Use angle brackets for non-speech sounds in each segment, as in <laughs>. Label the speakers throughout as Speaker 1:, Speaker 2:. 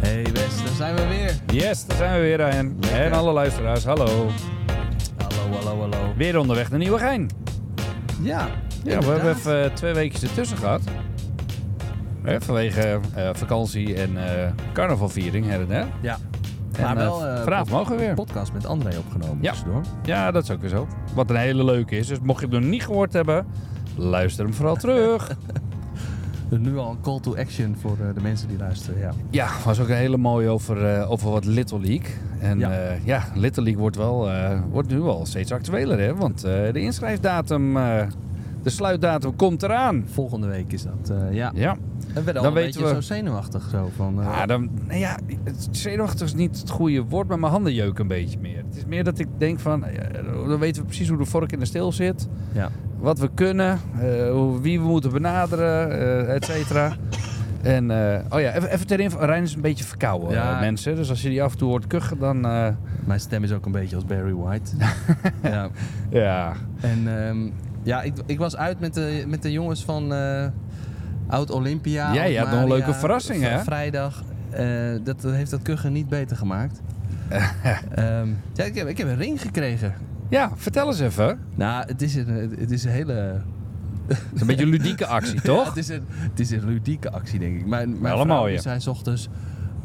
Speaker 1: Hey best, daar zijn we weer.
Speaker 2: Yes, daar zijn we weer, Ryan.
Speaker 1: Lekker.
Speaker 2: En alle luisteraars, hallo.
Speaker 1: Hallo, hallo, hallo.
Speaker 2: Weer onderweg naar Nieuwegein.
Speaker 1: Ja,
Speaker 2: Ja, we hebben even eh, twee weken ertussen gehad. Hè, vanwege eh, vakantie en eh, carnavalviering her en her.
Speaker 1: Ja.
Speaker 2: eh, En,
Speaker 1: Maar wel,
Speaker 2: eh,
Speaker 1: eh,
Speaker 2: vanavond mogen we weer.
Speaker 1: Een podcast met André opgenomen
Speaker 2: Ja.
Speaker 1: tussendoor.
Speaker 2: Ja, dat is ook weer zo. Wat een hele leuke is. Dus mocht je hem nog niet gehoord hebben, luister hem vooral
Speaker 1: <laughs>
Speaker 2: terug.
Speaker 1: Dus Nu al een call to action voor eh, de mensen die luisteren. Ja.
Speaker 2: Ja, was ook een hele mooie over, eh, over wat Little League. En
Speaker 1: Ja.
Speaker 2: ja, ja Little League wordt, wel, eh, wordt nu al steeds actueler, hè? Want eh, de inschrijfdatum, eh, de sluitdatum komt eraan.
Speaker 1: Volgende week is dat. eh, ja.
Speaker 2: Ja,
Speaker 1: En we werden al
Speaker 2: Dan
Speaker 1: een
Speaker 2: weten
Speaker 1: beetje
Speaker 2: we-
Speaker 1: zo zenuwachtig zo van. eh,
Speaker 2: ja, dan, nou ja het- zenuwachtig is niet het goede woord, maar mijn handen jeuken een beetje meer. Het is meer dat ik denk van, eh, dan weten we precies hoe de vork in de steel zit.
Speaker 1: ja.
Speaker 2: wat we kunnen, eh, hoe- wie we moeten benaderen, eh, et cetera. En, eh, oh ja, even, even ter info, Rijn is een beetje verkouden,
Speaker 1: Ja.
Speaker 2: eh, mensen. Dus als je die af en toe hoort kuchen, dan... eh,
Speaker 1: Mijn stem is ook een beetje als Barry
Speaker 2: <laughs>
Speaker 1: White. ja.
Speaker 2: ja.
Speaker 1: En ehm, ja, ik, ik was uit met de, met de jongens van eh, Oud Olympia.
Speaker 2: Ja,
Speaker 1: Oud
Speaker 2: je had nog een
Speaker 1: Maria,
Speaker 2: leuke verrassing,
Speaker 1: v-
Speaker 2: hè?
Speaker 1: Vrijdag. Eh, dat dat heeft dat kuchen niet beter gemaakt.
Speaker 2: <laughs>
Speaker 1: Ehm, ja, ik heb, ik heb een ring gekregen.
Speaker 2: ja, vertel eens even. Het
Speaker 1: Nou, het is een, het is een hele...
Speaker 2: is een beetje een ludieke <laughs> actie,
Speaker 1: Ja, het,
Speaker 2: toch?
Speaker 1: is een, het is een ludieke actie, denk ik. Mijn, mijn
Speaker 2: Wel een
Speaker 1: vrouw,
Speaker 2: mooie.
Speaker 1: die zei 's ochtends...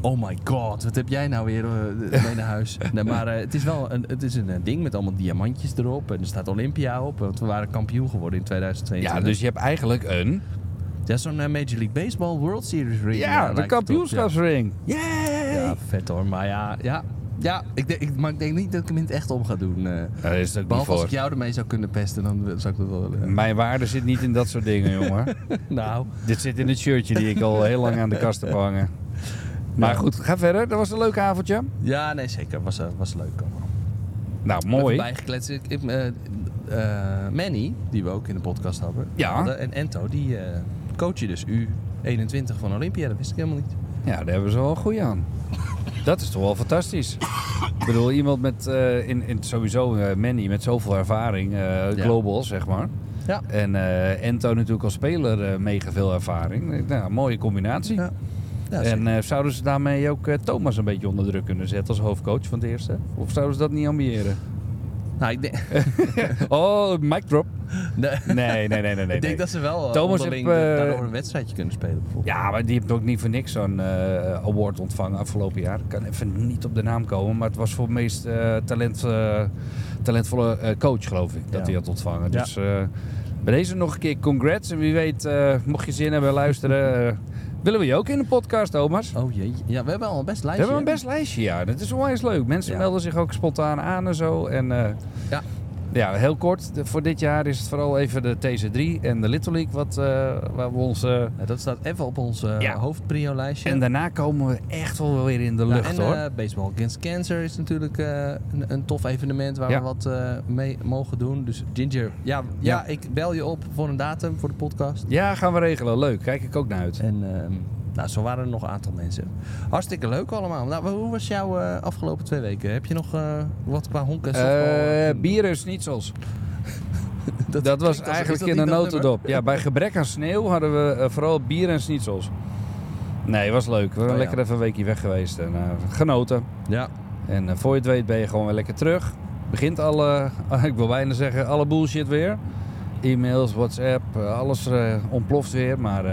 Speaker 1: Oh my god, wat heb jij nou weer eh, mee naar
Speaker 2: <laughs>
Speaker 1: huis? nee, maar eh, het is wel een, het is een eh, ding met allemaal diamantjes erop. En er staat Olympia op, want we waren kampioen geworden in 2022.
Speaker 2: Ja, dus je hebt eigenlijk een...
Speaker 1: Ja, zo'n eh, Major League Baseball World Series ring. eh,
Speaker 2: Ja, de
Speaker 1: lijkt het op,
Speaker 2: kampioenschapsring.
Speaker 1: Ja.
Speaker 2: Yay!
Speaker 1: Ja, vet hoor. Maar ja, ja, ja ik denk, ik, maar ik denk niet dat ik hem in het echt om ga doen. eh.
Speaker 2: Daar is het ook niet
Speaker 1: behalve als ik
Speaker 2: voor.
Speaker 1: jou ermee zou kunnen pesten, dan zou ik dat wel willen.
Speaker 2: Eh, Mijn waarde zit niet in dat soort dingen, jongen.
Speaker 1: <laughs> Nou,
Speaker 2: Dit zit in het shirtje die ik al heel lang aan de kast heb hangen. Maar goed, ga verder. Dat was een leuk avondje.
Speaker 1: ja, nee, zeker. Was, eh, was leuk allemaal.
Speaker 2: Nou,
Speaker 1: Even
Speaker 2: mooi.
Speaker 1: Bijgekletst. Ik, ik, eh, eh, Manny, die we ook in de podcast hadden,
Speaker 2: Ja.
Speaker 1: hadden, en Ento, die eh, coachen dus U21 van Olympia. Dat wist ik helemaal niet.
Speaker 2: Ja, daar hebben ze wel een goeie aan. Dat is toch wel fantastisch. Ik bedoel, iemand met eh, in, in, sowieso eh, Manny met zoveel ervaring, eh, global zeg maar.
Speaker 1: Ja.
Speaker 2: En eh, Ento natuurlijk als speler eh, mega veel ervaring. Eh, Nou, mooie combinatie.
Speaker 1: Ja. Ja,
Speaker 2: en eh, zouden ze daarmee ook eh, Thomas een beetje onder druk kunnen zetten als hoofdcoach van het eerste? Of zouden ze dat niet ambiëren?
Speaker 1: nou, ik denk,
Speaker 2: oh, mic drop.
Speaker 1: <laughs> nee,
Speaker 2: <laughs> Nee, nee, nee, nee. nee,
Speaker 1: ik denk dat ze wel eh,
Speaker 2: Thomas
Speaker 1: onderling
Speaker 2: heeft, eh,
Speaker 1: daarover een wedstrijdje kunnen spelen. Bijvoorbeeld.
Speaker 2: Ja, maar die heeft ook niet voor niks zo'n eh, award ontvangen afgelopen jaar. Ik kan even niet op de naam komen, maar het was voor het meest eh, talent, eh, talentvolle eh, coach, geloof ik, dat
Speaker 1: Ja.
Speaker 2: hij had ontvangen.
Speaker 1: Ja.
Speaker 2: Dus eh, bij deze nog een keer congrats. En wie weet, eh, mocht je zin hebben luisteren, eh, willen we je ook in de podcast, Thomas.
Speaker 1: Oh jee. Ja, we hebben al een best
Speaker 2: We
Speaker 1: lijstje.
Speaker 2: hebben een best lijstje, ja. Dat is onwijs leuk. Mensen
Speaker 1: Ja.
Speaker 2: melden zich ook spontaan aan en zo. En, eh,
Speaker 1: Ja.
Speaker 2: ja, heel kort. de- voor dit jaar is het vooral even de TC3 en de Little League wat, eh, waar we ons... eh,
Speaker 1: Ja, dat staat even op ons eh
Speaker 2: Ja.
Speaker 1: hoofdprio-lijstje.
Speaker 2: en daarna komen we echt wel weer in de
Speaker 1: Nou,
Speaker 2: lucht,
Speaker 1: en,
Speaker 2: hoor.
Speaker 1: eh, Baseball Against Cancer is natuurlijk eh, een, een tof evenement waar
Speaker 2: Ja.
Speaker 1: we wat eh, mee mogen doen. Dus Ginger, ja, ja,
Speaker 2: Ja.
Speaker 1: ik bel je op voor een datum voor de podcast.
Speaker 2: Ja, gaan we regelen. Leuk. Kijk ik ook naar uit.
Speaker 1: En ehm, nou, zo waren er nog een aantal mensen. Hartstikke leuk allemaal. Nou, hoe was jouw eh, afgelopen twee weken? Heb je nog eh, wat qua honken?
Speaker 2: Eh bier en schnitzels. Dat, was
Speaker 1: alsof-
Speaker 2: eigenlijk
Speaker 1: is <laughs> dat
Speaker 2: in de
Speaker 1: niet dat
Speaker 2: notendop. Ja, bij gebrek aan sneeuw hadden we eh, vooral bier en schnitzels. Nee, was leuk. We waren
Speaker 1: Oh, ja.
Speaker 2: lekker even een weekje weg geweest en eh, genoten.
Speaker 1: Ja.
Speaker 2: En eh, voor je het weet ben je gewoon weer lekker terug. Begint alle, <laughs> ik wil bijna zeggen, alle bullshit weer. E-mails, WhatsApp, eh, alles eh, ontploft weer. Maar eh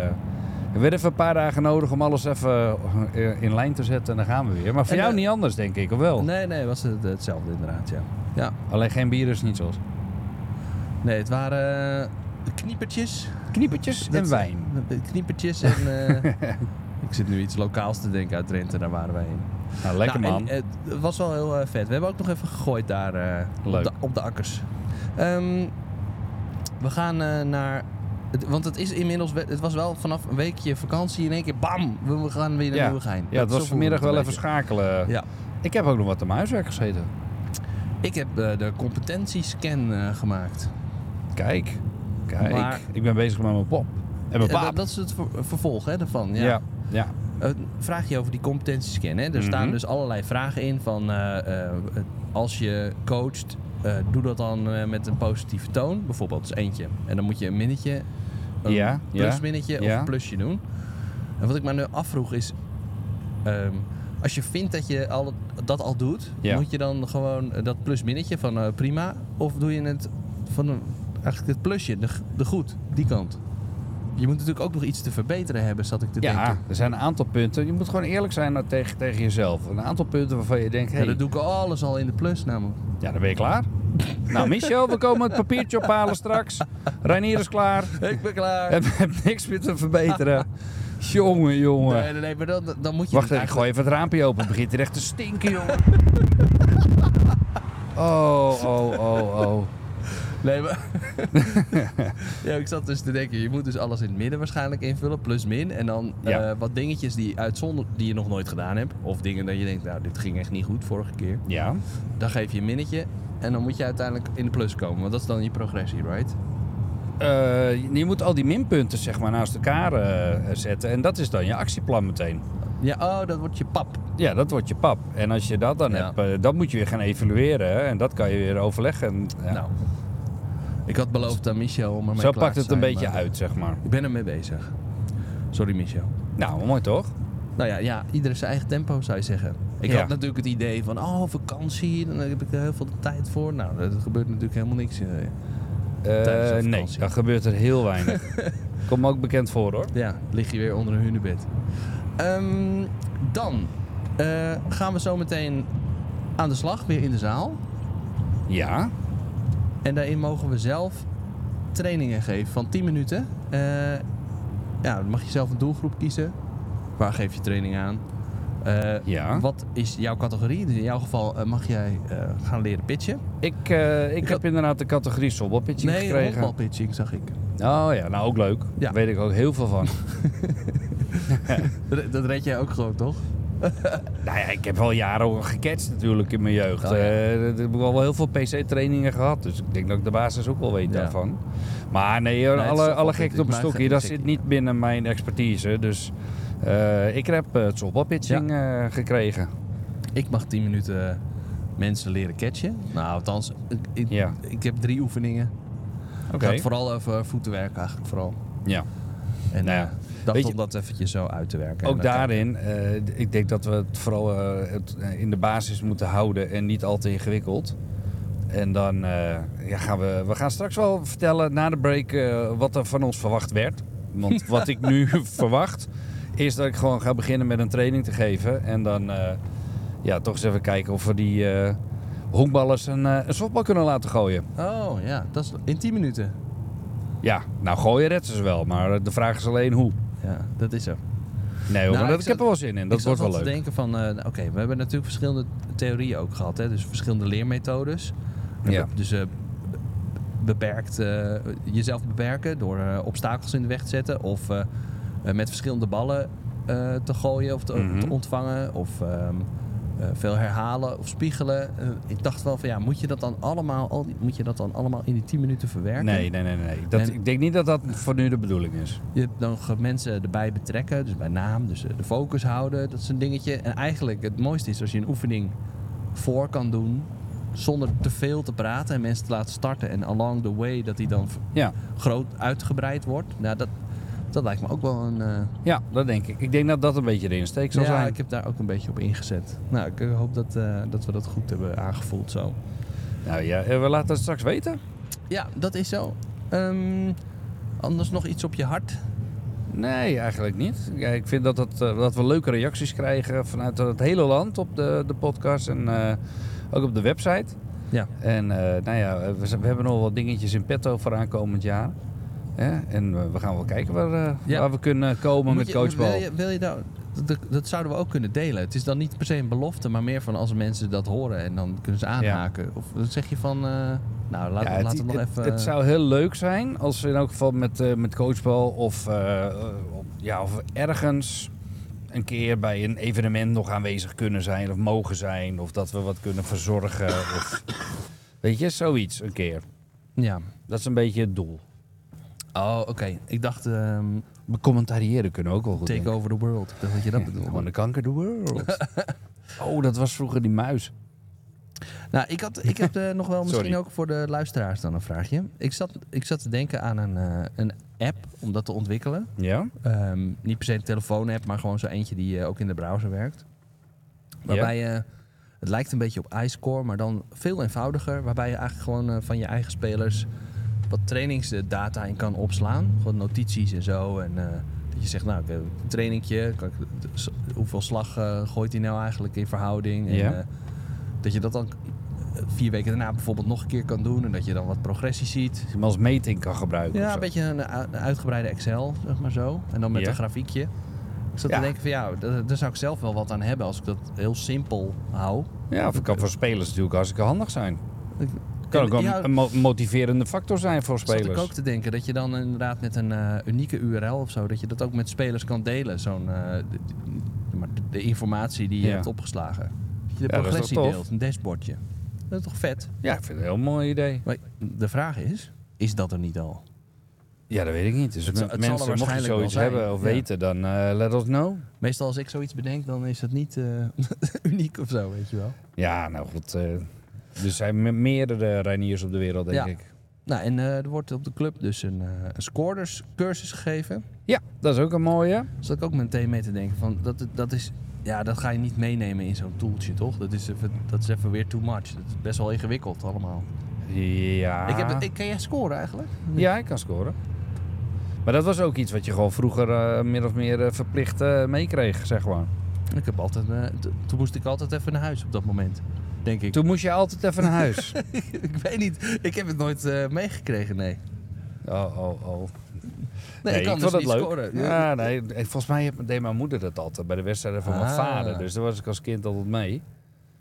Speaker 2: we hebben even een paar dagen nodig om alles even eh, in lijn te zetten en dan gaan we weer. Maar voor
Speaker 1: En,
Speaker 2: jou
Speaker 1: eh,
Speaker 2: niet anders, denk ik, of wel?
Speaker 1: Nee, nee, was het hetzelfde inderdaad, ja. Ja.
Speaker 2: Alleen geen bier is niet zoals.
Speaker 1: Nee, het waren eh, kniepertjes.
Speaker 2: Kniepertjes
Speaker 1: Dat-
Speaker 2: en wijn.
Speaker 1: Kniepertjes en... eh,
Speaker 2: <laughs>
Speaker 1: ik zit nu iets lokaals te denken uit Drenthe, daar waren wij in.
Speaker 2: Nou, lekker
Speaker 1: Nou,
Speaker 2: man.
Speaker 1: en, eh, het was wel heel eh, vet. We hebben ook nog even gegooid daar eh, op,
Speaker 2: Leuk.
Speaker 1: de, op de akkers. Ehm, we gaan eh, naar... het- want het is inmiddels... we- Het was wel vanaf een weekje vakantie in één keer bam! We we gaan weer naar
Speaker 2: Ja.
Speaker 1: Nieuwegein.
Speaker 2: ja, het
Speaker 1: Zo
Speaker 2: was
Speaker 1: voelde
Speaker 2: vanmiddag
Speaker 1: het
Speaker 2: wel
Speaker 1: een
Speaker 2: even
Speaker 1: beetje.
Speaker 2: schakelen.
Speaker 1: Ja.
Speaker 2: Ik heb ook nog wat aan mijn huiswerk gezeten.
Speaker 1: Ik heb eh, de competentiescan eh, gemaakt.
Speaker 2: Kijk, kijk.
Speaker 1: Maar-
Speaker 2: Ik ben bezig met mijn pop. En mijn
Speaker 1: Eh,
Speaker 2: paap.
Speaker 1: dat, dat is het ver- vervolg hè, daarvan.
Speaker 2: ja. ja.
Speaker 1: Eh, vraag je over die competentiescan. Hè? Er
Speaker 2: Mhm.
Speaker 1: staan dus allerlei vragen in van eh, eh, als je coacht, Eh, doe dat dan eh, met een positieve toon. Bijvoorbeeld dus eentje. En dan moet je een minnetje, een
Speaker 2: Ja, ja,
Speaker 1: plusminnetje of
Speaker 2: ja.
Speaker 1: een plusje doen. En wat ik me nu afvroeg is... ehm, als je vindt dat je al, dat al doet...
Speaker 2: Ja.
Speaker 1: moet je dan gewoon eh, dat plusminnetje van eh, prima... of doe je het van een- eigenlijk het plusje, de, g- de goed, die kant? Je moet natuurlijk ook nog iets te verbeteren hebben, zat ik te
Speaker 2: ja,
Speaker 1: denken.
Speaker 2: er zijn een aantal punten. Je moet gewoon eerlijk zijn tegen, tegen jezelf. Een aantal punten waarvan je denkt,
Speaker 1: Ja,
Speaker 2: hey,
Speaker 1: dat doe ik alles al in de plus namelijk.
Speaker 2: ja, dan ben je klaar. nou, Michel, we komen het papiertje ophalen straks. Reinier is klaar.
Speaker 1: Ik ben klaar.
Speaker 2: Heb, heb niks meer te verbeteren. jongen, jongen.
Speaker 1: Nee, nee, nee, maar dan, dan moet je...
Speaker 2: Wacht
Speaker 1: dus
Speaker 2: even, ik
Speaker 1: eigenlijk-
Speaker 2: gooi even het raampje open. Het begint hier echt te stinken, jongen. Oh, oh, oh, oh.
Speaker 1: Nee, maar... <laughs> ja, ik zat dus te denken, je moet dus alles in het midden waarschijnlijk invullen, plus min. En dan eh,
Speaker 2: Ja.
Speaker 1: wat dingetjes die, uitzonder, die je nog nooit gedaan hebt. Of dingen dat je denkt, nou, dit ging echt niet goed vorige keer.
Speaker 2: Ja.
Speaker 1: Dan geef je een minnetje en dan moet je uiteindelijk in de plus komen. Want dat is dan je progressie, right?
Speaker 2: Eh, je moet al die minpunten zeg maar naast elkaar eh, zetten. En dat is dan je actieplan meteen.
Speaker 1: Ja, oh, dat wordt je pap.
Speaker 2: Ja, dat wordt je pap. En als je dat dan
Speaker 1: Ja.
Speaker 2: hebt, eh, dat moet je weer gaan evalueren. hè. En dat kan je weer overleggen. Ja.
Speaker 1: Nou, ik had beloofd aan Michel om ermee
Speaker 2: Zo
Speaker 1: klaar
Speaker 2: pakt
Speaker 1: te
Speaker 2: het een
Speaker 1: zijn, eh,
Speaker 2: beetje
Speaker 1: maar
Speaker 2: uit, zeg maar.
Speaker 1: Ik ben ermee bezig. Sorry, Michel.
Speaker 2: Nou, mooi toch?
Speaker 1: Nou ja, ja, ieder zijn eigen tempo zou je zeggen. Ik
Speaker 2: Ja.
Speaker 1: had natuurlijk het idee van, oh, vakantie, dan heb ik er heel veel tijd voor. Nou, er gebeurt natuurlijk helemaal niks. eh.
Speaker 2: Eh,
Speaker 1: Tijdens de
Speaker 2: nee,
Speaker 1: vakantie.
Speaker 2: dan gebeurt er heel
Speaker 1: <laughs>
Speaker 2: weinig. Kom me ook bekend voor, hoor.
Speaker 1: Ja, lig je weer onder een hunebed. Ehm, dan eh, gaan we zo meteen aan de slag, weer in de zaal.
Speaker 2: Ja.
Speaker 1: En daarin mogen we zelf trainingen geven van 10 minuten. Eh, ja, dan mag je zelf een doelgroep kiezen. Waar geef je training aan? Eh,
Speaker 2: Ja.
Speaker 1: Wat is jouw categorie? Dus in jouw geval eh, mag jij eh, gaan leren pitchen.
Speaker 2: Ik, eh, ik,
Speaker 1: Ik
Speaker 2: heb
Speaker 1: had-
Speaker 2: inderdaad de categorie sobbelpitching
Speaker 1: nee,
Speaker 2: gekregen.
Speaker 1: honkbalpitching zag ik.
Speaker 2: Oh ja, nou ook leuk.
Speaker 1: Ja.
Speaker 2: Daar weet ik ook heel veel van.
Speaker 1: Dat, dat red jij ook gewoon, toch?
Speaker 2: nou ja, ik heb wel jaren ook gecatcht natuurlijk in mijn jeugd.
Speaker 1: Oh
Speaker 2: Eh
Speaker 1: ja.
Speaker 2: ik heb ik al wel heel veel PC-trainingen gehad. Dus ik denk dat ik de basis ook wel weet
Speaker 1: Ja.
Speaker 2: daarvan. Maar nee, hoor,
Speaker 1: Nee, het is
Speaker 2: alle,
Speaker 1: toch
Speaker 2: alle
Speaker 1: wel
Speaker 2: gekte
Speaker 1: goed.
Speaker 2: op een
Speaker 1: Het maakt
Speaker 2: stokje, dat
Speaker 1: geen
Speaker 2: zit
Speaker 1: muziek.
Speaker 2: niet binnen mijn expertise. Dus eh, ik heb eh, het sobbelpitching eh, gekregen.
Speaker 1: Ik mag 10 minuten eh, mensen leren catchen. Nou, althans, ik, ik,
Speaker 2: Ja.
Speaker 1: ik heb drie oefeningen. Het gaat vooral over voetenwerk eigenlijk vooral.
Speaker 2: Ja.
Speaker 1: En
Speaker 2: Nou ja,
Speaker 1: eh, dacht
Speaker 2: weet je-
Speaker 1: om dat eventjes zo uit te werken.
Speaker 2: Ook
Speaker 1: En dan kan-
Speaker 2: daarin, eh, d- ik denk dat we het vooral eh, het, eh, in de basis moeten houden en niet al te ingewikkeld. En dan eh, ja, gaan we, we gaan straks wel vertellen na de break eh, wat er van ons verwacht werd.
Speaker 1: <laughs>
Speaker 2: Want wat ik nu <laughs> verwacht is dat ik gewoon ga beginnen met een training te geven. En dan eh, ja, toch eens even kijken of we die eh, honkballers een, eh, een softbal kunnen laten gooien.
Speaker 1: Oh ja, dat is in 10 minuten.
Speaker 2: Ja, nou gooien redt ze wel, maar de vraag is alleen hoe.
Speaker 1: Ja, dat is zo.
Speaker 2: Nee hoor,
Speaker 1: Nou,
Speaker 2: maar
Speaker 1: ik
Speaker 2: dat, ik
Speaker 1: zat-
Speaker 2: heb er wel zin in. Dat
Speaker 1: ik zat
Speaker 2: wordt wel
Speaker 1: al
Speaker 2: leuk.
Speaker 1: te denken van, eh, oké, we hebben natuurlijk verschillende theorieën ook gehad. Hè? Dus verschillende leermethodes. We
Speaker 2: Ja.
Speaker 1: hebben Dus eh, be- beperkt, eh, jezelf beperken door eh, obstakels in de weg te zetten. Of eh, eh, met verschillende ballen eh, te gooien of te,
Speaker 2: Mhm.
Speaker 1: te ontvangen. Of ehm, eh, veel herhalen of spiegelen. Eh, ik dacht wel van, ja, moet je dat dan allemaal, al die- moet je dat dan allemaal in die 10 minuten verwerken?
Speaker 2: Nee, nee, nee. nee. Dat,
Speaker 1: En-
Speaker 2: Ik denk niet dat dat voor nu de bedoeling is.
Speaker 1: Je hebt dan ge- mensen erbij betrekken, dus bij naam, dus eh, de focus houden, dat is een dingetje. En eigenlijk het mooiste is als je een oefening voor kan doen zonder te veel te praten en mensen te laten starten. En along the way dat die dan v-
Speaker 2: Ja,
Speaker 1: groot uitgebreid wordt. Nou, dat, dat lijkt me ook wel een... eh,
Speaker 2: ja dat denk ik. Ik denk dat dat een beetje de insteek zal
Speaker 1: ja,
Speaker 2: zijn.
Speaker 1: ik heb daar ook een beetje op ingezet. Nou, ik eh, hoop dat, eh, dat we dat goed hebben aangevoeld zo.
Speaker 2: Nou ja, eh, we laten het straks weten.
Speaker 1: Ja, dat is zo. Ehm, anders nog iets op je hart?
Speaker 2: Nee, eigenlijk niet. Ja, ik vind dat, dat, eh, dat we leuke reacties krijgen vanuit het hele land op de, de podcast en eh, ook op de website.
Speaker 1: Ja.
Speaker 2: En eh, nou ja, eh, we, z- we hebben nog wat dingetjes in petto voor aankomend jaar. Hè? En eh, we gaan wel kijken waar, eh,
Speaker 1: Ja.
Speaker 2: waar we kunnen komen
Speaker 1: Moet
Speaker 2: met
Speaker 1: je-
Speaker 2: coachbal.
Speaker 1: Wil je, wil je daar- dat, dat zouden we ook kunnen delen. Het is dan niet per se een belofte, maar meer van als mensen dat horen en dan kunnen ze aanhaken. Of dan zeg je van, eh, nou laat,
Speaker 2: Ja,
Speaker 1: laat het, nog
Speaker 2: het,
Speaker 1: even.
Speaker 2: het zou heel leuk zijn als we in elk geval met, eh, met coachbal of, eh, eh, op- ja, of ergens een keer bij een evenement nog aanwezig kunnen zijn of mogen zijn. Of dat we wat kunnen verzorgen. of,
Speaker 1: <coughs>
Speaker 2: weet je, zoiets een keer.
Speaker 1: Ja.
Speaker 2: Dat is een beetje het doel.
Speaker 1: Oh, oké. Ik dacht ehm,
Speaker 2: Maar commentariëren kunnen we ook wel goed.
Speaker 1: Take
Speaker 2: denk ik.
Speaker 1: Over the World. Ik dacht dat je dat bedoelde.
Speaker 2: <laughs> Gewoon de kanker the world. oh, dat was vroeger die muis.
Speaker 1: Nou, ik, had, ik heb eh, nog
Speaker 2: <laughs>
Speaker 1: wel misschien
Speaker 2: Sorry.
Speaker 1: ook voor de luisteraars dan een vraagje. Ik zat, ik zat te denken aan een, eh, een app om dat te ontwikkelen.
Speaker 2: Ja?
Speaker 1: Ehm, niet per se een telefoon-app, maar gewoon zo eentje die eh, ook in de browser werkt. Waarbij je, het lijkt een beetje op iScore, maar dan veel eenvoudiger. Waarbij je eigenlijk gewoon eh, van je eigen spelers wat trainingsdata in kan opslaan. Gewoon notities en zo. En eh, dat je zegt, nou, ik heb een trainingje. Kan ik, s- hoeveel slag eh, gooit hij nou eigenlijk in verhouding? En,
Speaker 2: Ja.
Speaker 1: eh, dat je dat dan eh, vier weken daarna bijvoorbeeld nog een keer kan doen. En dat je dan wat progressie ziet.
Speaker 2: Dat je hem als meting kan gebruiken. of
Speaker 1: Ja,
Speaker 2: zo.
Speaker 1: een beetje een, u- een uitgebreide Excel, zeg maar zo. En dan met
Speaker 2: Ja.
Speaker 1: een grafiekje. Dus Ik zat
Speaker 2: Ja.
Speaker 1: te denken van ja, d- daar zou ik zelf wel wat aan hebben als ik dat heel simpel hou.
Speaker 2: Ja, of het kan voor spelers natuurlijk hartstikke handig zijn. Het kan ook wel
Speaker 1: Ja,
Speaker 2: een mo- motiverende factor zijn voor
Speaker 1: zat ik
Speaker 2: spelers.
Speaker 1: ook te denken dat je dan inderdaad met een eh, unieke URL of zo, dat je dat ook met spelers kan delen. Zo'n eh, d- d- maar de, de informatie die je
Speaker 2: Ja.
Speaker 1: hebt opgeslagen. Dat je de
Speaker 2: dat is toch
Speaker 1: progressie
Speaker 2: tof?
Speaker 1: deelt, een dashboardje. Dat is toch vet?
Speaker 2: Ja, ik vind het een heel mooi idee.
Speaker 1: Maar de vraag is, is dat er niet al?
Speaker 2: Ja, dat weet ik niet. Dus
Speaker 1: Het zal- het zal er
Speaker 2: mensen, mocht je
Speaker 1: waarschijnlijk wel
Speaker 2: zoiets
Speaker 1: zijn.
Speaker 2: hebben of
Speaker 1: Ja.
Speaker 2: weten, dan eh, let us know.
Speaker 1: Meestal als ik zoiets bedenk, dan is dat niet eh, <laughs> uniek of zo, weet je wel.
Speaker 2: Ja, nou goed. eh, er zijn me- meerdere reiniers op de wereld, denk
Speaker 1: Ja.
Speaker 2: ik.
Speaker 1: Nou, en eh, er wordt op de club dus een, eh, een scoorderscursus gegeven.
Speaker 2: Ja, dat is ook een mooie.
Speaker 1: Zat ik ook meteen mee te denken van, dat, dat is... Ja, dat ga je niet meenemen in zo'n toeltje, toch? Dat is, even, dat is even weer too much. Dat is best wel ingewikkeld allemaal.
Speaker 2: Ja.
Speaker 1: Ik heb, ik, kan jij scoren eigenlijk?
Speaker 2: Ja, ik kan scoren. Maar dat was ook iets wat je gewoon vroeger eh, min of meer eh, verplicht eh, meekreeg, zeg maar.
Speaker 1: Ik heb altijd... eh, t- toen moest ik altijd even naar huis op dat moment. Denk ik.
Speaker 2: Toen moest je altijd even naar huis.
Speaker 1: <laughs> ik weet niet. Ik heb het nooit eh, meegekregen, nee.
Speaker 2: oh, oh, oh.
Speaker 1: Nee, ik kan
Speaker 2: vond
Speaker 1: dus
Speaker 2: dat
Speaker 1: niet scoren.
Speaker 2: Ja, nee, ik- volgens mij heb- deed mijn moeder dat altijd bij de wedstrijden van mijn
Speaker 1: Ah.
Speaker 2: vader. Dus daar was ik als kind altijd mee.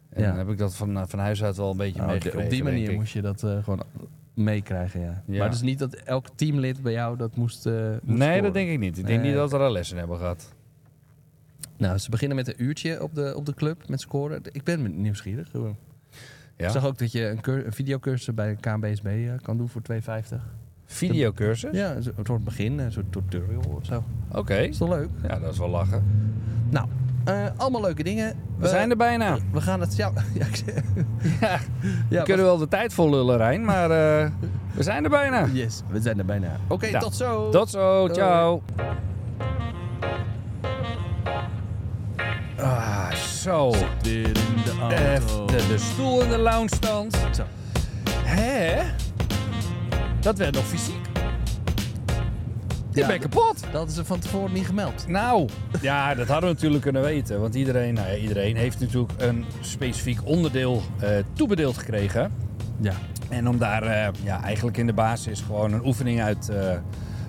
Speaker 2: En
Speaker 1: Ja.
Speaker 2: dan heb ik dat van, eh, van huis uit wel een beetje
Speaker 1: Oh,
Speaker 2: meegekregen.
Speaker 1: op die
Speaker 2: denk
Speaker 1: manier
Speaker 2: ik.
Speaker 1: moest je dat eh, gewoon meekrijgen, ja.
Speaker 2: Ja.
Speaker 1: Maar het is niet dat elk teamlid bij jou dat moest, eh moest
Speaker 2: Nee,
Speaker 1: scoren.
Speaker 2: dat denk ik niet. Ik denk
Speaker 1: Nee.
Speaker 2: niet dat we daar lessen hebben gehad.
Speaker 1: Nou, ze beginnen met een uurtje op de, op de club met scoren. Ik ben nieuwsgierig. gewoon.
Speaker 2: Ja.
Speaker 1: Ik zag ook dat je een, cur- een videocursus bij KNBSB eh, kan doen voor 2,50.
Speaker 2: Videocursus?
Speaker 1: Ja, een soort begin, een soort tutorial of zo.
Speaker 2: Oké.
Speaker 1: Is toch leuk?
Speaker 2: Ja, dat is wel lachen.
Speaker 1: Nou, eh, allemaal leuke dingen.
Speaker 2: We zijn er bijna.
Speaker 1: We gaan het... Ja, Eh, <laughs> ja, ik zeg-
Speaker 2: Ja, we
Speaker 1: ja,
Speaker 2: kunnen wel de tijd vol lullen, Rijn, maar eh, we zijn er bijna.
Speaker 1: we- Yes, we zijn er bijna. Oké,
Speaker 2: Ja.
Speaker 1: tot zo!
Speaker 2: Tot zo, ciao. Ah, zo.
Speaker 1: Weer in de
Speaker 2: Even
Speaker 1: auto.
Speaker 2: Oh. de, de stoel in de lounge stand.
Speaker 1: Zo.
Speaker 2: Hè? Dat werd nog fysiek. Ik
Speaker 1: Ja,
Speaker 2: ben kapot.
Speaker 1: Dat is er van tevoren niet gemeld.
Speaker 2: Nou, ja, dat hadden we natuurlijk kunnen weten. Want iedereen, nou ja, iedereen heeft natuurlijk een specifiek onderdeel eh, toebedeeld gekregen.
Speaker 1: Ja.
Speaker 2: En om daar eh, ja, eigenlijk in de basis gewoon een oefening uit eh,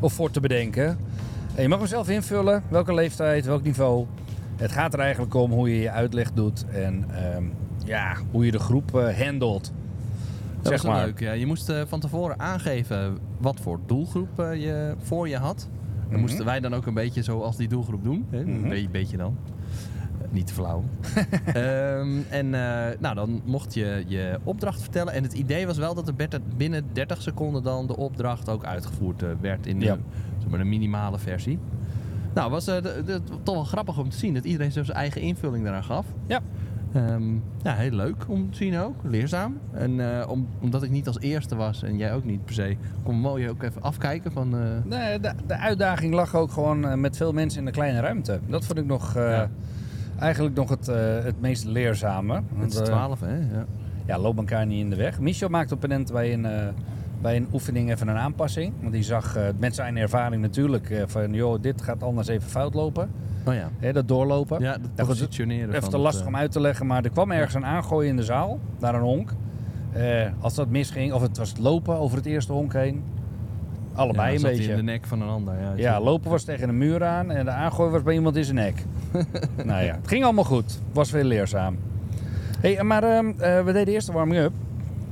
Speaker 2: of voor te bedenken. En je mag hem zelf invullen, welke leeftijd, welk niveau. Het gaat er eigenlijk om hoe je je uitleg doet en ehm, ja, hoe je de groep eh, handelt.
Speaker 1: Dat
Speaker 2: zeg
Speaker 1: was wel
Speaker 2: maar.
Speaker 1: leuk. Ja. Je moest eh, van tevoren aangeven wat voor doelgroep eh, je voor je had. Dan
Speaker 2: Mhm.
Speaker 1: moesten wij dan ook een beetje zoals die doelgroep doen. Hè?
Speaker 2: Mhm.
Speaker 1: Een be- beetje dan. Eh, niet te flauw.
Speaker 2: <laughs>
Speaker 1: Ehm, en eh, nou, dan mocht je je opdracht vertellen. En het idee was wel dat er bet- binnen 30 seconden dan de opdracht ook uitgevoerd eh, werd in de,
Speaker 2: Ja.
Speaker 1: zeg maar, de minimale versie. Nou, was eh, de- de- toch wel grappig om te zien dat iedereen zo zijn eigen invulling daaraan gaf.
Speaker 2: Ja.
Speaker 1: Ehm, ja, heel leuk om te zien ook. Leerzaam. En eh, om, omdat ik niet als eerste was en jij ook niet per se, kon mooi ook even afkijken van... eh,
Speaker 2: Nee, de, de uitdaging lag ook gewoon eh, met veel mensen in een kleine ruimte. Dat vond ik nog eh,
Speaker 1: Ja.
Speaker 2: eigenlijk nog het, eh, het meest leerzame.
Speaker 1: het is
Speaker 2: Want, eh,
Speaker 1: 12, hè? Ja.
Speaker 2: ja, loop elkaar niet in de weg. Michel maakt op een moment bij een, eh, bij een oefening even een aanpassing. Want die zag eh, met zijn ervaring natuurlijk eh, van... joh, dit gaat anders even fout lopen.
Speaker 1: Oh ja.
Speaker 2: Hè, dat doorlopen.
Speaker 1: Ja, dat
Speaker 2: goed,
Speaker 1: positioneren
Speaker 2: even
Speaker 1: van
Speaker 2: te
Speaker 1: het,
Speaker 2: lastig
Speaker 1: eh,
Speaker 2: om uit te leggen, maar er kwam ergens een aangooi in de zaal. Naar een honk. Eh, als dat misging, of het was het lopen over het eerste honk heen. Allebei
Speaker 1: ja,
Speaker 2: een
Speaker 1: zat hij
Speaker 2: beetje.
Speaker 1: in de nek van een ander. Ja,
Speaker 2: Ja, lopen was tegen een muur aan en de aangooi was bij iemand in zijn nek.
Speaker 1: <laughs>
Speaker 2: nou ja, het ging allemaal goed. Was weer leerzaam. hey, maar ehm, eh, we deden eerst de warming-up.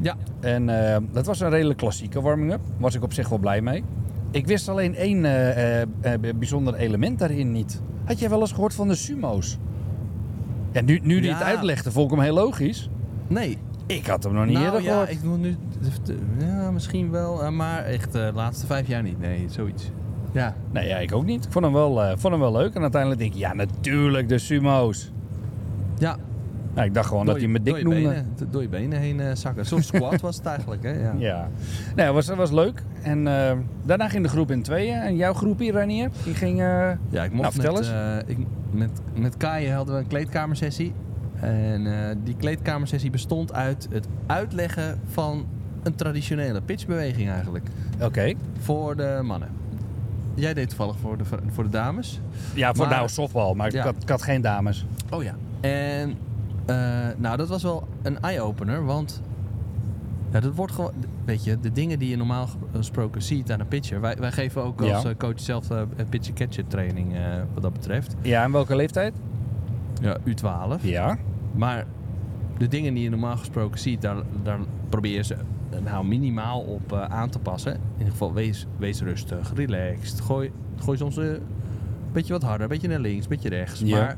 Speaker 1: Ja.
Speaker 2: En ehm, dat was een redelijk klassieke warming-up. Was ik op zich wel blij mee. Ik wist alleen één eh, eh, eh, bijzonder element daarin niet. Had jij wel eens gehoord van de sumo's? Ja, nu, nu die het
Speaker 1: Ja.
Speaker 2: uitlegde, vond ik hem heel logisch.
Speaker 1: Nee,
Speaker 2: Ik had hem nog niet
Speaker 1: nou
Speaker 2: eerder
Speaker 1: ja,
Speaker 2: gehoord.
Speaker 1: ik moet nu... Ja, misschien wel, eh, maar echt de laatste vijf jaar niet. Nee, zoiets. Ja.
Speaker 2: Nee, ja, ik ook niet. Ik vond hem wel, eh, vond hem wel leuk. En uiteindelijk denk ik, ja, natuurlijk de sumo's.
Speaker 1: Ja.
Speaker 2: Nou, ik dacht gewoon dat
Speaker 1: Door
Speaker 2: hij
Speaker 1: je-
Speaker 2: me dik
Speaker 1: door je
Speaker 2: noemde.
Speaker 1: benen- door je benen heen eh, zakken.
Speaker 2: <laughs>
Speaker 1: Zo'n squat was het eigenlijk, hè? Ja.
Speaker 2: Ja, nou, het was, was leeën. En eh, daarna ging de groep in tweeën. En jouw groep hier, Ranier, die ging... eh,
Speaker 1: Ja, ik
Speaker 2: Nou,
Speaker 1: mocht
Speaker 2: vertel
Speaker 1: met, eh, ik, met, met Kai hadden we een kleedkamersessie. En eh, die kleedkamersessie bestond uit het uitleggen van een traditionele pitchbeweging eigenlijk.
Speaker 2: Oké.
Speaker 1: Voor de mannen. Jij deed toevallig voor de, voor de dames.
Speaker 2: Ja, voor
Speaker 1: Maar-
Speaker 2: nou softbal, maar
Speaker 1: Ja.
Speaker 2: ik, had, ik had geen dames.
Speaker 1: Oh ja. En eh, nou, dat was wel een eye-opener, want ja, dat wordt gewoon, weet je, de dingen die je normaal eh, gesproken ziet aan een pitcher. Wij, wij geven ook
Speaker 2: Ja.
Speaker 1: als eh, coach zelf eh, pitcher-catcher training eh, wat dat betreft.
Speaker 2: Ja, en welke leeftijd?
Speaker 1: Ja, U12.
Speaker 2: Ja.
Speaker 1: Maar de dingen die je normaal gesproken ziet, daar, daar probeer je ze eh, nou minimaal op eh, aan te passen. In ieder geval, wees, wees rustig, relaxed. Gooi, gooi soms eh, een beetje wat harder, een beetje naar links, een beetje rechts.
Speaker 2: Ja.
Speaker 1: Maar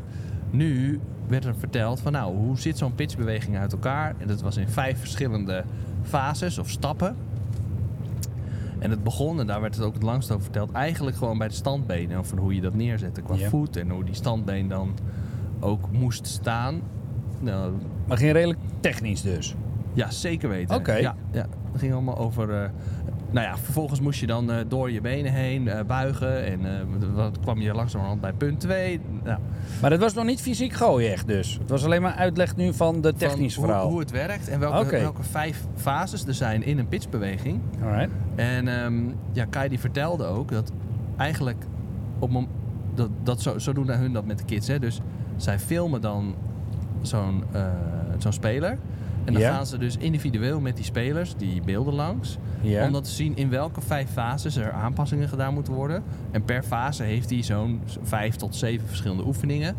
Speaker 1: nu werd er verteld van nou, hoe zit zo'n pitchbeweging uit elkaar? En dat was in vijf verschillende fases of stappen. En het begon, en daar werd het ook het langst over verteld, eigenlijk gewoon bij de standbenen. Of van hoe je dat neerzette qua
Speaker 2: Ja.
Speaker 1: voet en hoe die standbeen dan ook moest staan. Nou,
Speaker 2: Maar ging redelijk technisch dus.
Speaker 1: ja, zeker weten.
Speaker 2: Oké.
Speaker 1: Ja, ja, het ging allemaal over... eh, nou ja, vervolgens moest je dan eh, door je benen heen eh, buigen. En eh, dan kwam je langzamerhand bij punt 2. Nou,
Speaker 2: Maar het was nog niet fysiek gooien echt dus. Het was alleen maar uitleg nu van de technisch
Speaker 1: van hoe,
Speaker 2: verhaal.
Speaker 1: hoe het werkt en welke,
Speaker 2: Oké.
Speaker 1: welke vijf fases er zijn in een pitchbeweging.
Speaker 2: Alright.
Speaker 1: En ehm, ja, Kai die vertelde ook dat eigenlijk op mom- dat, dat zo, zo doen hun dat met de kids. Hè? Dus zij filmen dan zo'n eh, zo'n speler. En dan
Speaker 2: Ja.
Speaker 1: gaan ze dus individueel met die spelers die beelden langs.
Speaker 2: Ja.
Speaker 1: Om dan te zien in welke vijf fases er aanpassingen gedaan moeten worden. En per fase heeft hij zo'n z- vijf tot zeven verschillende oefeningen.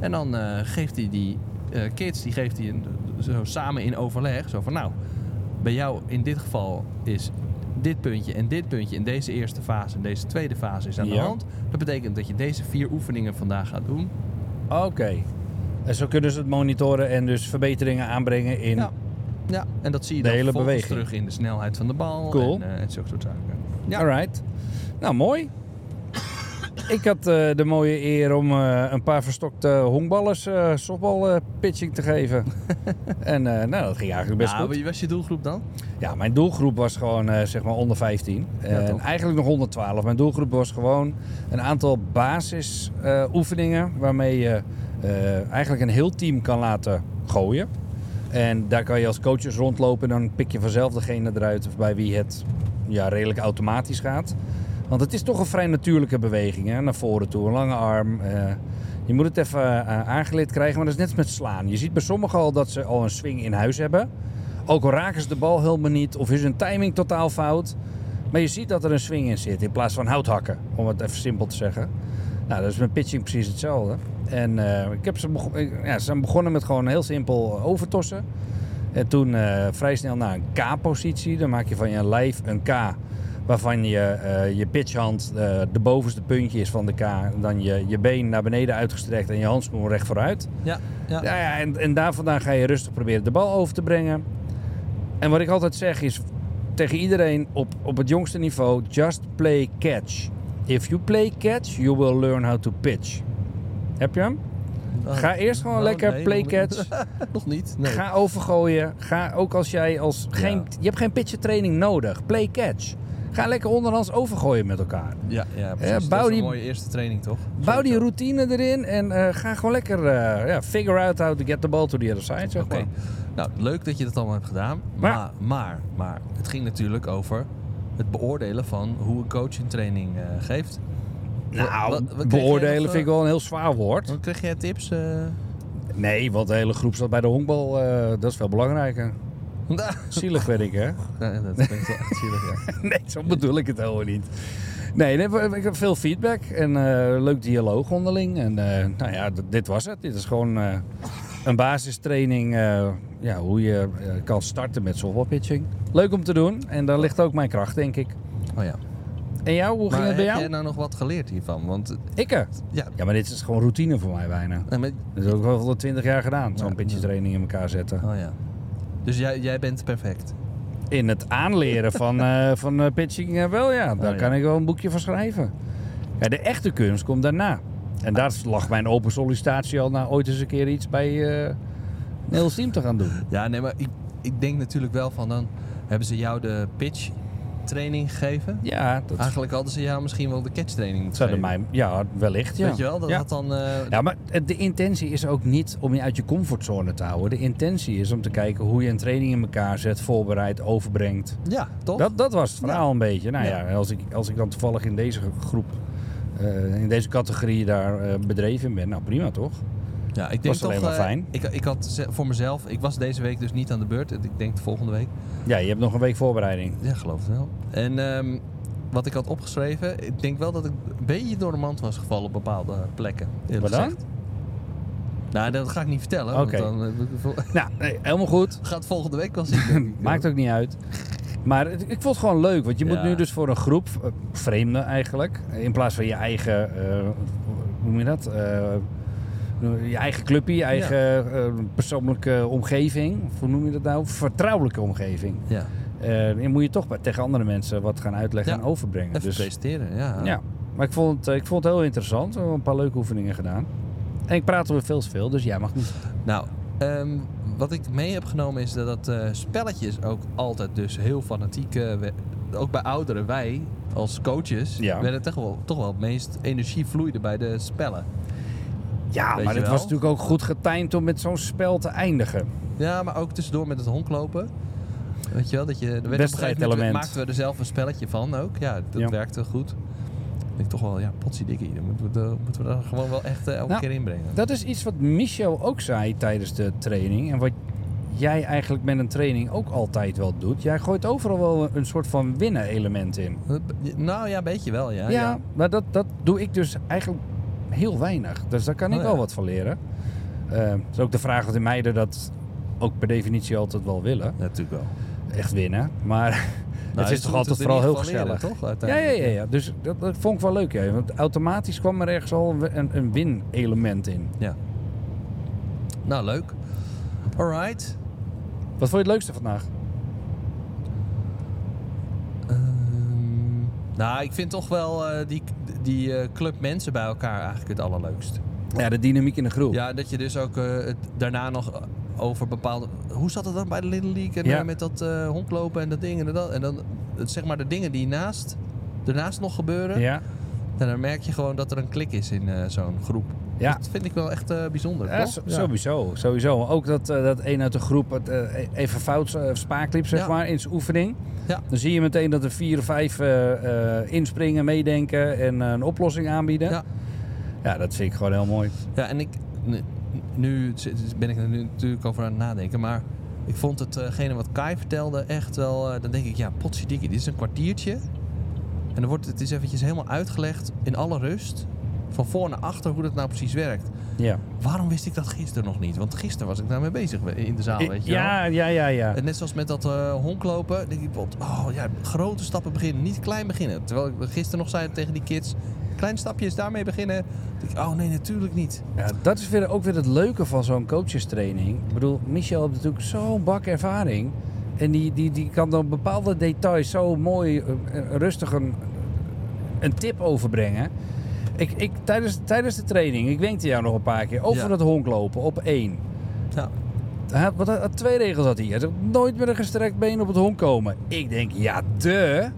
Speaker 1: En dan eh, geeft hij die eh, kids, die geeft hij een, zo samen in overleg. Zo van nou, bij jou in dit geval is dit puntje en dit puntje in deze eerste fase en deze tweede fase is aan de
Speaker 2: Ja.
Speaker 1: hand. Dat betekent dat je deze vier oefeningen vandaag gaat doen.
Speaker 2: Oké. En zo kunnen ze het monitoren en dus verbeteringen aanbrengen in...
Speaker 1: Ja. Ja, en dat zie je
Speaker 2: De
Speaker 1: dan
Speaker 2: hele
Speaker 1: vervolgens
Speaker 2: beweging.
Speaker 1: terug in de snelheid van de bal
Speaker 2: Cool.
Speaker 1: en, eh en zulke soort zaken.
Speaker 2: Ja. Alright. Nou, mooi. Ik had eh, de mooie eer om eh, een paar verstokte honkballers eh softball eh, pitching te geven. en eh, nou, dat ging eigenlijk best
Speaker 1: Ja,
Speaker 2: goed.
Speaker 1: wie was je doelgroep dan?
Speaker 2: Ja, mijn doelgroep was gewoon eh, zeg maar onder 15. en
Speaker 1: toch.
Speaker 2: eigenlijk nog onder 12. Mijn doelgroep was gewoon een aantal basisoefeningen oefeningen waarmee je eh, eigenlijk een heel team kan laten gooien. En daar kan je als coaches rondlopen en dan pik je vanzelf degene eruit bij wie het ja, redelijk automatisch gaat. Want het is toch een vrij natuurlijke beweging, hè? naar voren toe, een lange arm. eh. je moet het even eh, aangeleerd krijgen, maar dat is net als met slaan. Je ziet bij sommigen al dat ze al een swing in huis hebben. Ook al raken ze de bal helemaal niet of is hun timing totaal fout. Maar je ziet dat er een swing in zit in plaats van houthakken, om het even simpel te zeggen. Nou, dat is met pitching precies hetzelfde. En eh, ik heb ze, bego- ik- ja, ze zijn begonnen met gewoon heel simpel overtossen. En toen eh, vrij snel naar een K-positie. Dan maak je van je lijf een K. Waarvan je, eh, je pitchhand eh, de bovenste puntje is van de K. Dan je, je been naar beneden uitgestrekt en je handschoen recht vooruit.
Speaker 1: Ja, ja.
Speaker 2: Nou ja, en, en daar vandaan ga je rustig proberen de bal over te brengen. En wat ik altijd zeg is tegen iedereen op, op het jongste niveau: just play catch. If you play catch, you will learn how to pitch. Heb je hem? Ga eerst gewoon
Speaker 1: Nou,
Speaker 2: Oh, lekker
Speaker 1: nee,
Speaker 2: play
Speaker 1: nog-
Speaker 2: catch.
Speaker 1: Nog niet. <laughs> Nee.
Speaker 2: Ga overgooien. Ga ook als jij als geen.
Speaker 1: Ja.
Speaker 2: Je hebt geen pitchertraining nodig. Play catch. Ga lekker onderhands overgooien met elkaar.
Speaker 1: Ja, ja,
Speaker 2: Ja,
Speaker 1: precies.
Speaker 2: bouw
Speaker 1: dat is
Speaker 2: die-
Speaker 1: een mooie eerste training, toch?
Speaker 2: Bouw die
Speaker 1: Sowieso.
Speaker 2: routine erin en eh, ga gewoon lekker eh, ja, figure out how to get the ball to the other side. Zeg
Speaker 1: Oké.
Speaker 2: maar.
Speaker 1: Nou, leuk dat je dat allemaal hebt gedaan.
Speaker 2: Maar-
Speaker 1: Maar, maar, maar, het ging natuurlijk over het beoordelen van hoe een coach een training eh, geeft.
Speaker 2: Nou,
Speaker 1: Wat- wat- wat kreeg jij
Speaker 2: beoordelen
Speaker 1: nog, eh,
Speaker 2: vind ik wel een heel zwaar woord.
Speaker 1: Dan kreeg jij tips?
Speaker 2: <laughs>
Speaker 1: eh? <laughs>
Speaker 2: Nee, want de hele groep zat bij de honkbal. eh, dat is veel belangrijker.
Speaker 1: Nou,
Speaker 2: Zielig ben ik,
Speaker 1: <laughs>
Speaker 2: hè?
Speaker 1: ja, dat klinkt wel echt zielig, ja.
Speaker 2: Nee, zo bedoel ik het helemaal niet. Nee, nee, we- ik heb veel feedback en eh, leuk dialoog onderling. En eh, nou ja, d- dit was het. Dit is gewoon eh, een basistraining eh, ja, hoe je eh, kan starten met softballpitching. Leuk om te doen en daar ligt ook mijn kracht, denk ik.
Speaker 1: Oh ja.
Speaker 2: En jou, hoe ging
Speaker 1: Maar
Speaker 2: het
Speaker 1: heb
Speaker 2: bij
Speaker 1: jij
Speaker 2: jou?
Speaker 1: nou nog wat geleerd hiervan? Want eh,
Speaker 2: Ikke.
Speaker 1: ja,
Speaker 2: Ja, maar dit is gewoon routine voor mij bijna.
Speaker 1: nee, maar-
Speaker 2: Dat is ook wel voor 20 jaar gedaan, zo'n
Speaker 1: Ja.
Speaker 2: pitchtraining in elkaar zetten.
Speaker 1: oh ja. Dus jij, jij bent perfect.
Speaker 2: In het aanleren
Speaker 1: <laughs>
Speaker 2: van, eh, van eh, pitching eh, wel, ja. Daar
Speaker 1: Oh, ja.
Speaker 2: kan ik wel een boekje van schrijven. Ja, de echte kunst komt daarna. En daar lag mijn open sollicitatie al na ooit eens een keer iets bij eh, een heel team te gaan doen.
Speaker 1: Ja, nee, maar ik, ik denk natuurlijk wel van dan hebben ze jou de pitch training gegeven.
Speaker 2: Ja, dat
Speaker 1: Eigenlijk hadden ze jou misschien wel de catch training moeten
Speaker 2: zouden
Speaker 1: geven.
Speaker 2: mij... Ja, wellicht. Ja.
Speaker 1: Weet je wel, dat
Speaker 2: ja.
Speaker 1: had dan... eh,
Speaker 2: Ja, maar het- de intentie is ook niet om je uit je comfortzone te houden. De intentie is om te kijken hoe je een training in elkaar zet, voorbereidt, overbrengt.
Speaker 1: ja, toch?
Speaker 2: Dat, dat was het verhaal een beetje. Nou ja,
Speaker 1: Ja.
Speaker 2: als, ik, als ik dan toevallig in deze groep, eh, in deze categorie daar eh, bedreven in ben, nou prima toch?
Speaker 1: Ja, ik denk
Speaker 2: Was
Speaker 1: toch,
Speaker 2: alleen maar
Speaker 1: eh,
Speaker 2: fijn.
Speaker 1: Ik, ik had ze- voor mezelf, ik was deze week dus niet aan de beurt. Ik denk de volgende week.
Speaker 2: Ja, je hebt nog een week voorbereiding.
Speaker 1: Ja, geloof het wel. En ehm, wat ik had opgeschreven, ik denk wel dat ik een beetje door de mand was gevallen op bepaalde plekken. eerlijk
Speaker 2: Wat dan?
Speaker 1: gezegd. Nou, dat ga ik niet vertellen.
Speaker 2: Oké.
Speaker 1: Want dan eh, <laughs>
Speaker 2: Nou, nee, helemaal goed.
Speaker 1: gaat volgende week wel zien. denk ik.
Speaker 2: Maakt ook niet uit. Maar het- ik vond het gewoon leuk, want je moet
Speaker 1: Ja.
Speaker 2: nu dus voor een groep eh, vreemden eigenlijk, in plaats van je eigen, eh, hoe noem je dat? Eh, je eigen clubje, je eigen eh, persoonlijke omgeving, Of hoe noem je dat nou? Vertrouwelijke omgeving.
Speaker 1: Ja,
Speaker 2: Eh dan moet je toch bij- tegen andere mensen wat gaan uitleggen
Speaker 1: Ja.
Speaker 2: en overbrengen.
Speaker 1: even
Speaker 2: Dus,
Speaker 1: presenteren. Ja.
Speaker 2: ja. Maar ik vond, het, eh, ik vond het heel interessant. We hebben een paar leuke oefeningen gedaan. En ik praat over veel te veel, dus jij mag niet.
Speaker 1: Nou, ehm, wat ik mee heb genomen is dat, dat eh, spelletjes ook altijd dus heel fanatiek... eh, we- ook bij ouderen, wij als coaches,
Speaker 2: Ja.
Speaker 1: werden toch wel, toch wel het meest energie vloeide bij de spellen.
Speaker 2: Ja,
Speaker 1: Weet
Speaker 2: maar
Speaker 1: je
Speaker 2: het
Speaker 1: wel?
Speaker 2: was natuurlijk ook goed getimed om met zo'n spel te eindigen.
Speaker 1: Ja, maar ook tussendoor met het honklopen. Weet je wel, dat je... er werd op een gegeven moment
Speaker 2: Wedstrijdelement.
Speaker 1: maakten we er zelf een spelletje van ook. Ja, dat
Speaker 2: Ja.
Speaker 1: werkte goed. Ik denk toch wel, ja, potsiedikkie. Dan moeten we, de- moeten we daar gewoon wel echt eh, elke
Speaker 2: Nou,
Speaker 1: keer inbrengen.
Speaker 2: Dat is iets wat Michel ook zei tijdens de training. En wat jij eigenlijk met een training ook altijd wel doet. Jij gooit overal wel een soort van winnen element in.
Speaker 1: Nou ja, een beetje wel, ja.
Speaker 2: Ja, maar dat, dat doe ik dus eigenlijk heel weinig. Dus daar kan ik
Speaker 1: Oh,
Speaker 2: wel
Speaker 1: ja.
Speaker 2: wat van leren. Eh, Het is ook de vraag of de meiden dat ook per definitie altijd wel willen.
Speaker 1: Natuurlijk wel.
Speaker 2: Echt winnen. Maar <laughs>
Speaker 1: Nou,
Speaker 2: het is
Speaker 1: dus
Speaker 2: toch
Speaker 1: we moeten
Speaker 2: altijd
Speaker 1: het in
Speaker 2: vooral heel
Speaker 1: ieder geval
Speaker 2: gezellig.
Speaker 1: leren, toch?
Speaker 2: Ja, ja,
Speaker 1: Uiteindelijk.
Speaker 2: ja, ja. Dus dat, dat vond ik wel leuk. Ja. Want automatisch kwam er ergens al een, een- een win-element in.
Speaker 1: Nou, leuk. Alright.
Speaker 2: Wat vond je het leukste vandaag?
Speaker 1: Ehm, nou, ik vind toch wel eh, die, die eh, club mensen bij elkaar eigenlijk het allerleukst.
Speaker 2: Ja, de dynamiek in de groep.
Speaker 1: Ja, dat je dus ook eh, het daarna nog over bepaalde... Hoe zat het dan bij de Little League? En
Speaker 2: Ja.
Speaker 1: eh, met dat eh honklopen en dat ding en dat. En dan het- zeg maar de dingen die naast, daarnaast nog gebeuren.
Speaker 2: Ja.
Speaker 1: En dan merk je gewoon dat er een klik is in eh, zo'n groep.
Speaker 2: Ja.
Speaker 1: Dat vind ik wel echt eh, bijzonder.
Speaker 2: Ja,
Speaker 1: toch?
Speaker 2: so-
Speaker 1: Ja.
Speaker 2: Sowieso, sowieso. Ook dat, eh, dat een uit de groep het, eh, even fout eh, spaak liep, zeg
Speaker 1: Ja.
Speaker 2: maar, in zijn oefening.
Speaker 1: Ja.
Speaker 2: Dan zie je meteen dat er vier of vijf eh, eh, inspringen, meedenken en eh, een oplossing aanbieden.
Speaker 1: Ja.
Speaker 2: Ja, dat vind ik gewoon heel mooi.
Speaker 1: Ja, en ik. nu- Nu zit- ben ik er nu natuurlijk over aan het nadenken. Maar ik vond eh, hetgene wat Kai vertelde echt wel. eh, dan denk ik, ja, potsidikkie, dit is een kwartiertje. En dan wordt het eens eventjes helemaal uitgelegd in alle rust. Van voor naar achter hoe dat nou precies werkt.
Speaker 2: Ja,
Speaker 1: Waarom wist ik dat gisteren nog niet? Want gisteren was ik daarmee bezig we- in de zaal, Oh, weet je wel.
Speaker 2: ja, ja, ja, ja.
Speaker 1: En net zoals met dat eh, honklopen, denk ik, bijvoorbeeld, oh ja, grote stappen beginnen, niet klein beginnen. Terwijl ik gisteren nog zei tegen die kids, kleine stapjes daarmee beginnen. Denk ik, oh nee, natuurlijk niet.
Speaker 2: Ja, dat is weer, ook weer het leuke van zo'n coachestraining. Ik bedoel, Michel heeft natuurlijk zo'n bak ervaring. En die, die, die kan dan bepaalde details zo mooi, eh, eh, rustig een, een tip overbrengen. Ik, ik, tijdens, tijdens de training, ik wenkte jou nog een paar keer over
Speaker 1: Ja.
Speaker 2: dat honklopen op één.
Speaker 1: Ja.
Speaker 2: Hij had, wat, hij had twee regels had hij. Hij zegt, nooit met een gestrekt been op het honk komen. Ik denk, ja, de.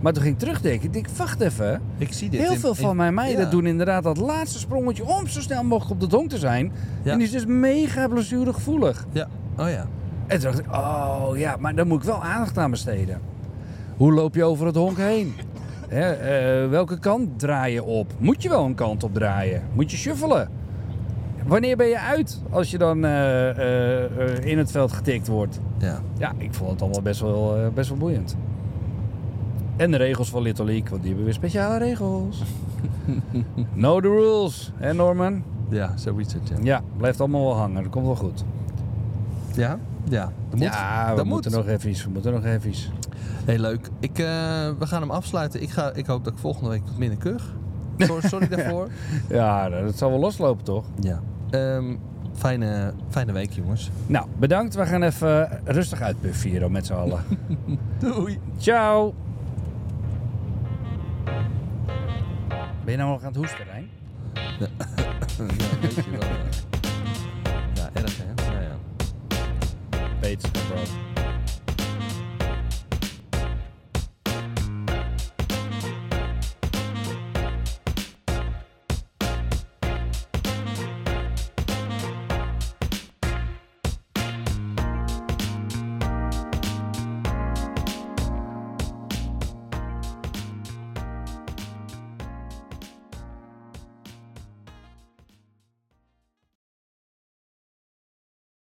Speaker 2: Maar toen ging ik terugdenken. Ik denk, wacht even.
Speaker 1: Ik zie dit.
Speaker 2: Heel
Speaker 1: in-
Speaker 2: veel van
Speaker 1: in-
Speaker 2: mijn meiden
Speaker 1: ja.
Speaker 2: doen inderdaad dat laatste sprongetje om zo snel mogelijk op de honk te zijn.
Speaker 1: Ja.
Speaker 2: En die is dus mega blessuregevoelig.
Speaker 1: Ja. Oh ja.
Speaker 2: En toen dacht ik, oh ja, maar daar moet ik wel aandacht aan besteden. Hoe loop je over het honk
Speaker 1: <laughs>
Speaker 2: heen? Hè, eh, welke kant draai je op? Moet je wel een kant op draaien? Moet je shuffelen? Wanneer ben je uit als je dan eh, eh, eh, in het veld getikt wordt?
Speaker 1: Ja.
Speaker 2: Ja, ik vond het allemaal best wel, eh, best wel boeiend. En de regels van Little League, want die hebben weer speciale regels.
Speaker 1: <laughs>
Speaker 2: know the rules, hè Norman?
Speaker 1: Ja, zoiets. het, Ja.
Speaker 2: Ja, blijft allemaal wel hangen, dat komt wel goed.
Speaker 1: Ja? Ja. Dat moet.
Speaker 2: ja, we
Speaker 1: dat
Speaker 2: moeten
Speaker 1: moet.
Speaker 2: nog even iets, we moeten nog even iets.
Speaker 1: Heel leuk. Ik, eh, we gaan hem afsluiten. Ik, ga, ik hoop dat ik volgende week wat minder kuch.
Speaker 2: <laughs>
Speaker 1: Sorry, sorry daarvoor.
Speaker 2: Ja, dat zal wel loslopen toch?
Speaker 1: Ja. Ehm, fijne, fijne week, jongens.
Speaker 2: Nou, bedankt. We gaan even rustig uitpuffen hier dan met z'n allen.
Speaker 1: Doei.
Speaker 2: Ciao! Ben je nou nog aan het hoesten, Rijn?
Speaker 1: Ja, weet je wel. eh. Ja, erg hè? Ja, ja.
Speaker 2: Bates Abroad.